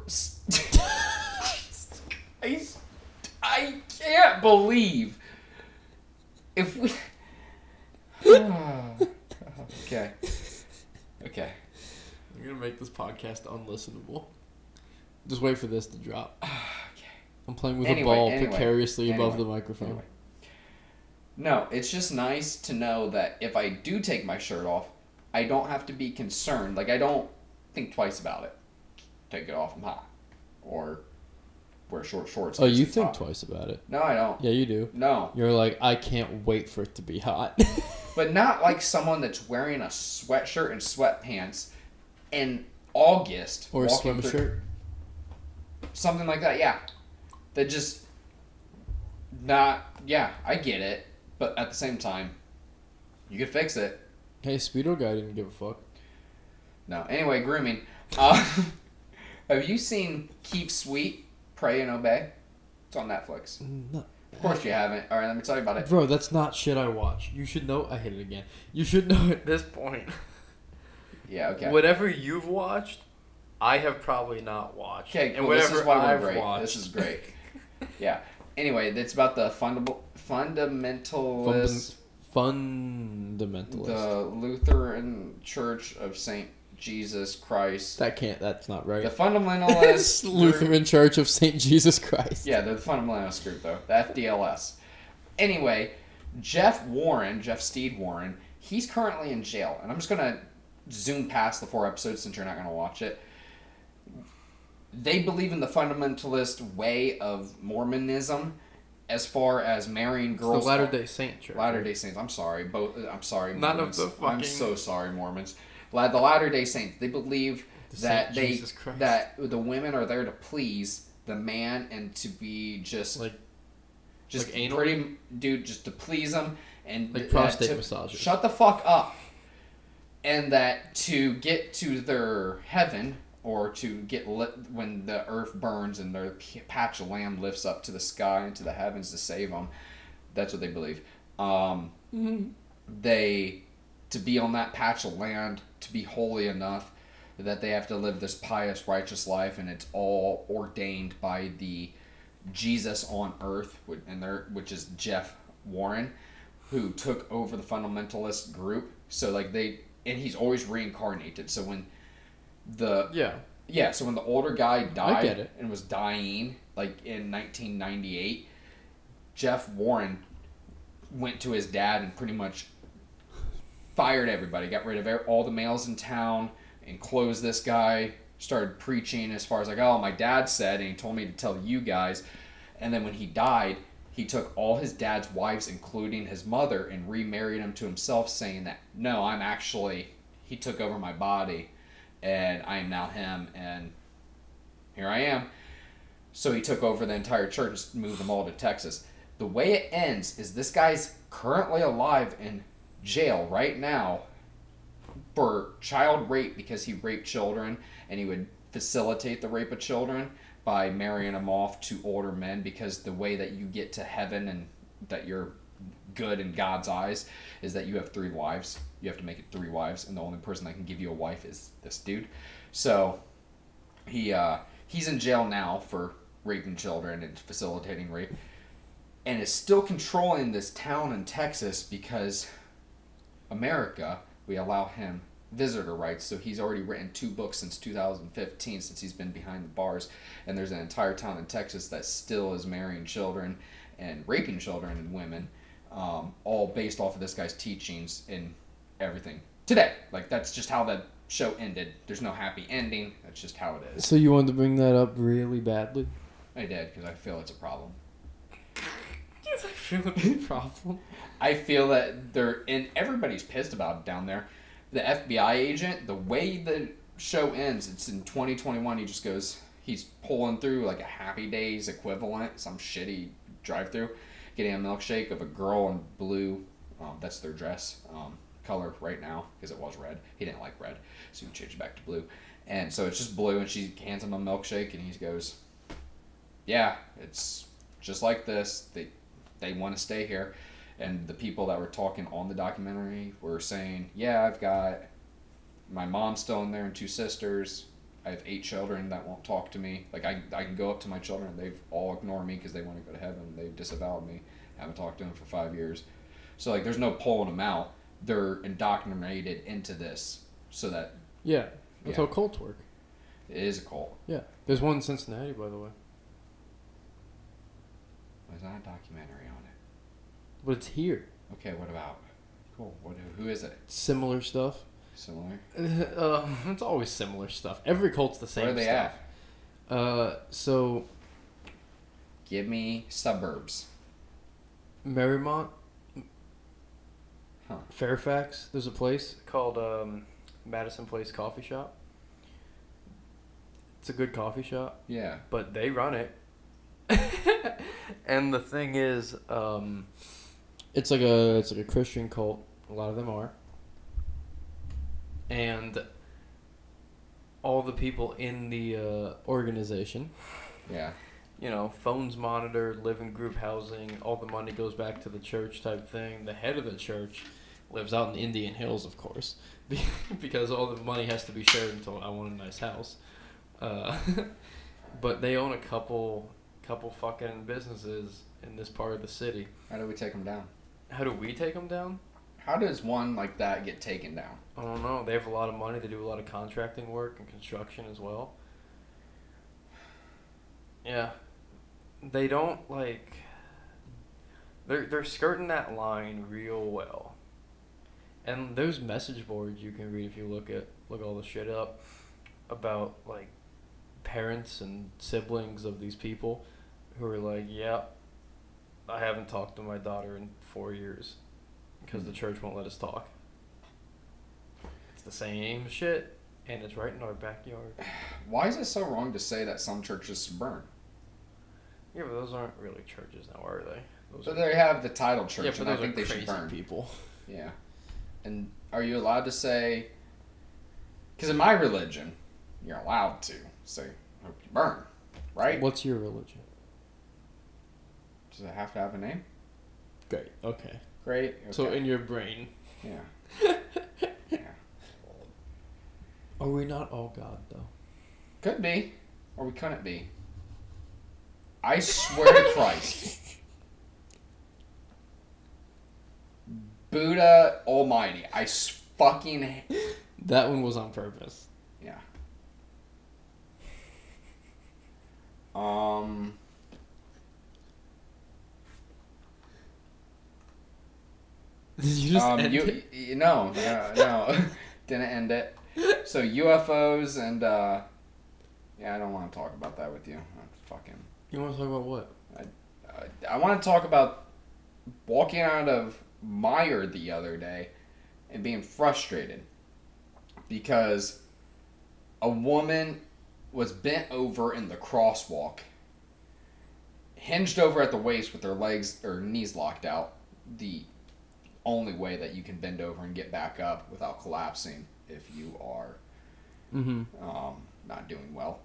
Speaker 2: I, I can't believe. If we. okay. Okay.
Speaker 4: I'm going to make this podcast unlistenable. Just wait for this to drop. I'm playing with
Speaker 2: Anyway,
Speaker 4: a ball
Speaker 2: anyway,
Speaker 4: precariously above
Speaker 2: anyway,
Speaker 4: the microphone.
Speaker 2: anyway. No, it's just nice to know that if I do take my shirt off, I don't have to be concerned. Like I don't think twice about it. Take it off, I'm hot, or wear short shorts.
Speaker 4: Oh,
Speaker 2: because
Speaker 4: you
Speaker 2: it's
Speaker 4: think
Speaker 2: hot.
Speaker 4: twice about it.
Speaker 2: No, I don't.
Speaker 4: Yeah, you do.
Speaker 2: No,
Speaker 4: You're like, I can't wait for it to be hot.
Speaker 2: but not like someone that's wearing a sweatshirt and sweatpants in August
Speaker 4: or a
Speaker 2: walking
Speaker 4: swim
Speaker 2: through-
Speaker 4: shirt.
Speaker 2: something like that. Yeah, that just not. Yeah, I get it, but at the same time, you could fix it.
Speaker 4: Hey, Speedo guy didn't give a fuck.
Speaker 2: No. Anyway, grooming. Uh, have you seen Keep Sweet, Pray and Obey? It's on Netflix.
Speaker 4: No.
Speaker 2: Of course you haven't. All right, let me tell you about it.
Speaker 4: Bro, that's not shit I watch. You should know. I hit it again. You should know it.
Speaker 3: At this point,
Speaker 2: Yeah. Okay.
Speaker 3: whatever you've watched, I have probably not watched.
Speaker 2: Okay.
Speaker 3: and
Speaker 2: Cool.
Speaker 3: whatever
Speaker 2: This is why we're
Speaker 3: I've
Speaker 2: great.
Speaker 3: watched,
Speaker 2: This is great. yeah. Anyway, it's about the fundable fundamentalist,
Speaker 4: Fundamentalist.
Speaker 2: the Lutheran Church of Saint Jesus Christ,
Speaker 4: That can't. That's not right.
Speaker 2: the fundamentalist group-
Speaker 4: Lutheran Church of Saint Jesus Christ.
Speaker 2: Yeah, they're the fundamentalist group though. The FDLS. Anyway, Jeff Warren, Jeff Steed Warren, he's currently in jail, and I'm just gonna zoom past the four episodes since you're not gonna watch it. They believe in the fundamentalist way of Mormonism, as far as marrying
Speaker 4: It's the
Speaker 2: girls.
Speaker 4: Latter Day Saint Church.
Speaker 2: Latter Day Saints. I'm sorry, both. I'm sorry.
Speaker 4: None
Speaker 2: Mormons.
Speaker 4: of the
Speaker 2: I'm
Speaker 4: fucking-
Speaker 2: so sorry, Mormons. La- the Latter Day Saints. They believe
Speaker 4: The
Speaker 2: that
Speaker 4: Saint
Speaker 2: they
Speaker 4: Jesus Christ.
Speaker 2: that the women are there to please the man and to be just
Speaker 4: Like
Speaker 2: just
Speaker 4: like anal?
Speaker 2: pretty dude just to please them and
Speaker 4: Like
Speaker 2: that
Speaker 4: prostate
Speaker 2: to-
Speaker 4: massages.
Speaker 2: Shut the fuck up. And that to get to their heaven or to get lit when the earth burns and their p- patch of land lifts up to the sky and to the heavens to save them. That's what they believe. Um, They to be on that patch of land to be holy enough that they have to live this pious, righteous life, and it's all ordained by the Jesus on earth, wh- and there, which is Jeff Warren, who took over the fundamentalist group. So like they, and he's always reincarnated. So when the
Speaker 4: yeah.
Speaker 2: yeah, so when the older guy died
Speaker 4: get it.
Speaker 2: and was dying, like in 1998, Jeff Warren went to his dad and pretty much fired everybody, got rid of e- all the males in town, and closed this guy. Started preaching as far as like, oh, my dad said, and he told me to tell you guys. And then when he died, he took all his dad's wives, including his mother, and remarried him to himself, saying that no, I'm actually he took over my body, and I am now him, and here I am. So he took over the entire church and moved them all to Texas. The way it ends is this guy's currently alive in jail right now for child rape because he raped children and he would facilitate the rape of children by marrying them off to older men because the way that you get to heaven and that you're good in God's eyes is that you have three wives. You have to make it three wives, and the only person that can give you a wife is this dude. So he uh, he's in jail now for raping children and facilitating rape, and is still controlling this town in Texas because America we allow him visitor rights. So he's already written two books since 2015, since he's been behind the bars. And there's an entire town in Texas that still is marrying children and raping children and women, um, all based off of this guy's teachings and everything today. Like that's just how that show ended. There's no happy ending. That's just how it is.
Speaker 3: So you wanted to bring that up really badly?
Speaker 2: I did because I feel it's a problem.
Speaker 3: Yes, I feel a problem.
Speaker 2: I feel that they're and everybody's pissed about it down there. The FBI agent, the way the show ends, it's in 2021. He just goes, he's pulling through like a Happy Days equivalent, some shitty drive-through, getting a milkshake of a girl in blue. Um, that's their dress um, color right now because it was red. He didn't like red, so he changed it back to blue. And so it's just blue, and she hands him a milkshake, and he goes, "Yeah, it's just like this. They they want to stay here." and the people that were talking on the documentary were saying, "Yeah, I've got my mom still in there and two sisters. I have eight children that won't talk to me. Like I, I can go up to my children, and they've all ignored me because they want to go to heaven. They've disavowed me. haven't talked to them for five years. So like, there's no pulling them out. They're indoctrinated into this, so that
Speaker 3: Yeah.
Speaker 2: Yeah.
Speaker 3: That's how cults work.
Speaker 2: it is a cult.
Speaker 3: Yeah. There's one in Cincinnati, by the way.
Speaker 2: There's not a documentary on it.
Speaker 3: But it's here.
Speaker 2: Okay, what about? Cool. What? Who is it?
Speaker 3: Similar stuff.
Speaker 2: Similar.
Speaker 3: Uh, it's always similar stuff. Every cult's the same
Speaker 2: Where are they
Speaker 3: stuff.
Speaker 2: at?
Speaker 3: Uh, so
Speaker 2: Give me suburbs.
Speaker 3: Merrimont,
Speaker 2: Huh.
Speaker 3: Fairfax. There's a place.
Speaker 6: called um, Madison Place Coffee Shop.
Speaker 3: It's a good coffee shop,
Speaker 2: Yeah.
Speaker 6: but they run it. and the thing is, um,
Speaker 3: It's like a it's like a Christian cult. A lot of them are. And all the people in the uh, organization,
Speaker 2: Yeah.
Speaker 6: you know, phones monitored, live in group housing, all the money goes back to the church type thing.
Speaker 3: the head of the church, lives out in the Indian Hills, of course, be- because all the money has to be shared until I want a nice house. Uh, but they own a couple couple fucking businesses in this part of the city.
Speaker 2: How do we take them down?
Speaker 3: How do we take them down?
Speaker 2: How does one like that get taken down?
Speaker 3: I don't know. They have a lot of money. They do a lot of contracting work and construction as well.
Speaker 6: Yeah. They don't like they're they're skirting that line real well.
Speaker 3: And there's message boards you can read if you look at look all the shit up about like parents and siblings of these people who are like, yeah, I haven't talked to my daughter in four years because the church won't let us talk. It's the same shit, and it's right in our backyard.
Speaker 2: Why is it so wrong to say that some churches should burn?
Speaker 3: Yeah, but those aren't really churches now, are they? Those
Speaker 2: So
Speaker 3: are,
Speaker 2: they have the title church,
Speaker 3: yeah, but
Speaker 2: and I
Speaker 3: those are
Speaker 2: think they
Speaker 3: crazy
Speaker 2: should burn.
Speaker 3: people.
Speaker 2: Yeah. And are you allowed to say? Because in my religion, you're allowed to say, "I "Hope you burn," right?
Speaker 3: What's your religion?
Speaker 2: Does it have to have a name?
Speaker 3: Great. Okay.
Speaker 2: Great. Okay.
Speaker 3: So in your brain,
Speaker 2: yeah.
Speaker 3: are we not all God though?
Speaker 2: Could be, or we couldn't be. I swear to Christ. Buddha Almighty, I s- fucking.
Speaker 3: That one was on purpose.
Speaker 2: Yeah. Um.
Speaker 3: Did you just
Speaker 2: um.
Speaker 3: end
Speaker 2: You,
Speaker 3: it?
Speaker 2: you. No. No. no. Didn't end it. So UFOs and. uh Yeah, I don't want to talk about that with you. I'm fucking.
Speaker 3: You want to talk about what?
Speaker 2: I, Uh, I want to talk about walking out of Meyer the other day and being frustrated because a woman was bent over in the crosswalk, hinged over at the waist with her legs or knees locked out. The only way that you can bend over and get back up without collapsing if you are
Speaker 3: Mm-hmm.
Speaker 2: um, not doing well,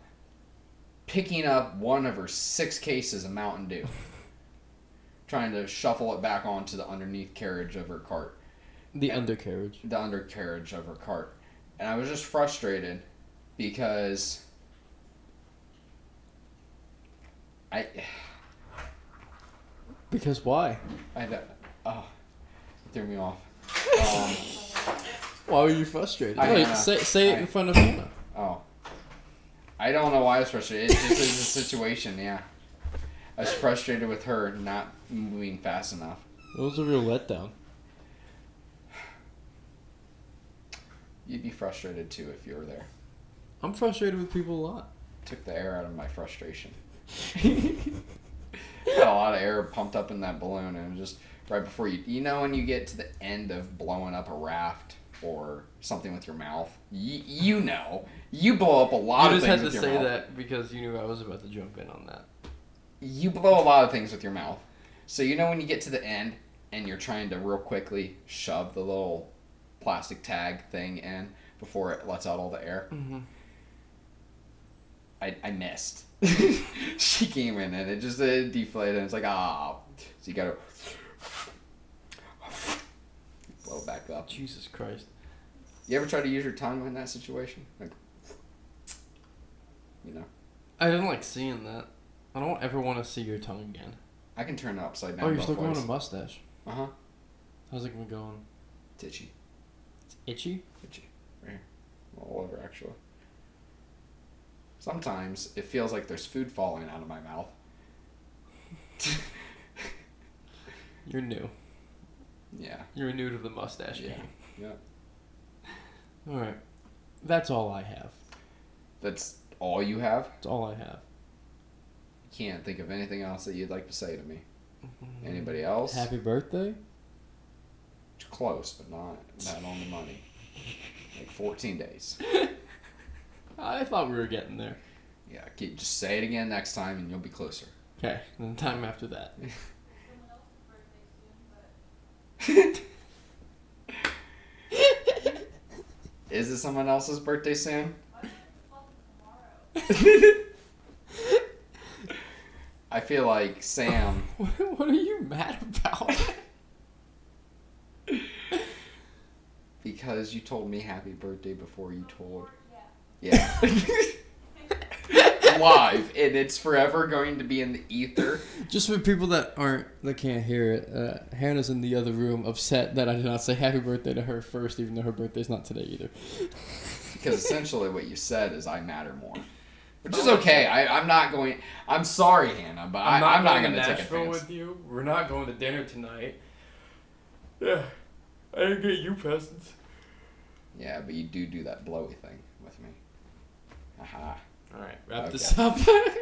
Speaker 2: picking up one of her six cases of Mountain Dew, trying to shuffle it back onto the underneath carriage of her cart
Speaker 3: The undercarriage.
Speaker 2: the undercarriage of her cart. And I was just frustrated because I
Speaker 3: Because why?
Speaker 2: I don't- oh threw me off. Um,
Speaker 3: Why were you frustrated?
Speaker 2: I
Speaker 3: Wait,
Speaker 2: dunno.
Speaker 3: say, say it
Speaker 2: I-
Speaker 3: in front of Hannah.
Speaker 2: oh, I don't know why I was frustrated. It just is the situation. Yeah, I was frustrated with her not moving fast enough.
Speaker 3: It was a real letdown.
Speaker 2: You'd be frustrated too if you were there.
Speaker 3: I'm frustrated with people a lot.
Speaker 2: Took the air out of my frustration. Got a lot of air pumped up in that balloon, and just right before you, you know, when you get to the end of blowing up a raft or something with your mouth, you, you know, you blow up a lot
Speaker 3: You
Speaker 2: of
Speaker 3: just
Speaker 2: things
Speaker 3: had to
Speaker 2: with your
Speaker 3: say
Speaker 2: mouth.
Speaker 3: that because you knew I was about to jump in on that.
Speaker 2: You blow a lot of things with your mouth, so you know when you get to the end and you're trying to real quickly shove the little plastic tag thing in before it lets out all the air.
Speaker 3: Mm-hmm.
Speaker 2: I, I missed. she came in and it just it deflated. And it's like ah, so you gotta blow back up.
Speaker 3: Jesus Christ.
Speaker 2: You ever try to use your tongue in that situation? Like, you know,
Speaker 3: I didn't like seeing that. I don't ever want to see your tongue again.
Speaker 2: I can turn it upside down.
Speaker 3: oh, you're still growing a mustache.
Speaker 2: Uh huh.
Speaker 3: How's it going? going?
Speaker 2: It's itchy,
Speaker 3: It's itchy?
Speaker 2: itchy, right here, all over actually. Sometimes it feels like there's food falling out of my mouth.
Speaker 3: You're new.
Speaker 2: Yeah.
Speaker 3: You're new to the mustache
Speaker 2: Yeah.
Speaker 3: game.
Speaker 2: Yeah.
Speaker 3: Alright. That's all I have.
Speaker 2: That's all you have.
Speaker 3: That's all I have.
Speaker 2: can't think of anything else that you'd like to say to me.
Speaker 3: Mm-hmm.
Speaker 2: Anybody else?
Speaker 3: Happy birthday?
Speaker 2: Close, but not not on the money. Like 14 days.
Speaker 3: I thought we were getting there.
Speaker 2: Yeah, keep, just say it again next time, and you'll be closer.
Speaker 3: Okay, then the time after that.
Speaker 2: Is it someone else's birthday soon? I feel like Sam.
Speaker 3: What, what are you mad about?
Speaker 2: because you told me happy birthday before you told. Yeah. Live, and it's forever going to be in the ether.
Speaker 3: Just for people that aren't that can't hear it, uh, Hannah's in the other room, upset that I did not say happy birthday to her first, even though her birthday's not today either.
Speaker 2: Because essentially what you said is I matter more. Which is Oh, okay. I, I'm not going. I'm sorry, Hannah, but I'm not, I, am not going to take
Speaker 7: Nashville
Speaker 2: offense.
Speaker 7: with you. We're not going to dinner tonight. Yeah, I didn't get you presents.
Speaker 2: Yeah, but you do do that blowy thing with me. Aha.
Speaker 7: All right, wrap
Speaker 2: Okay.
Speaker 3: this up.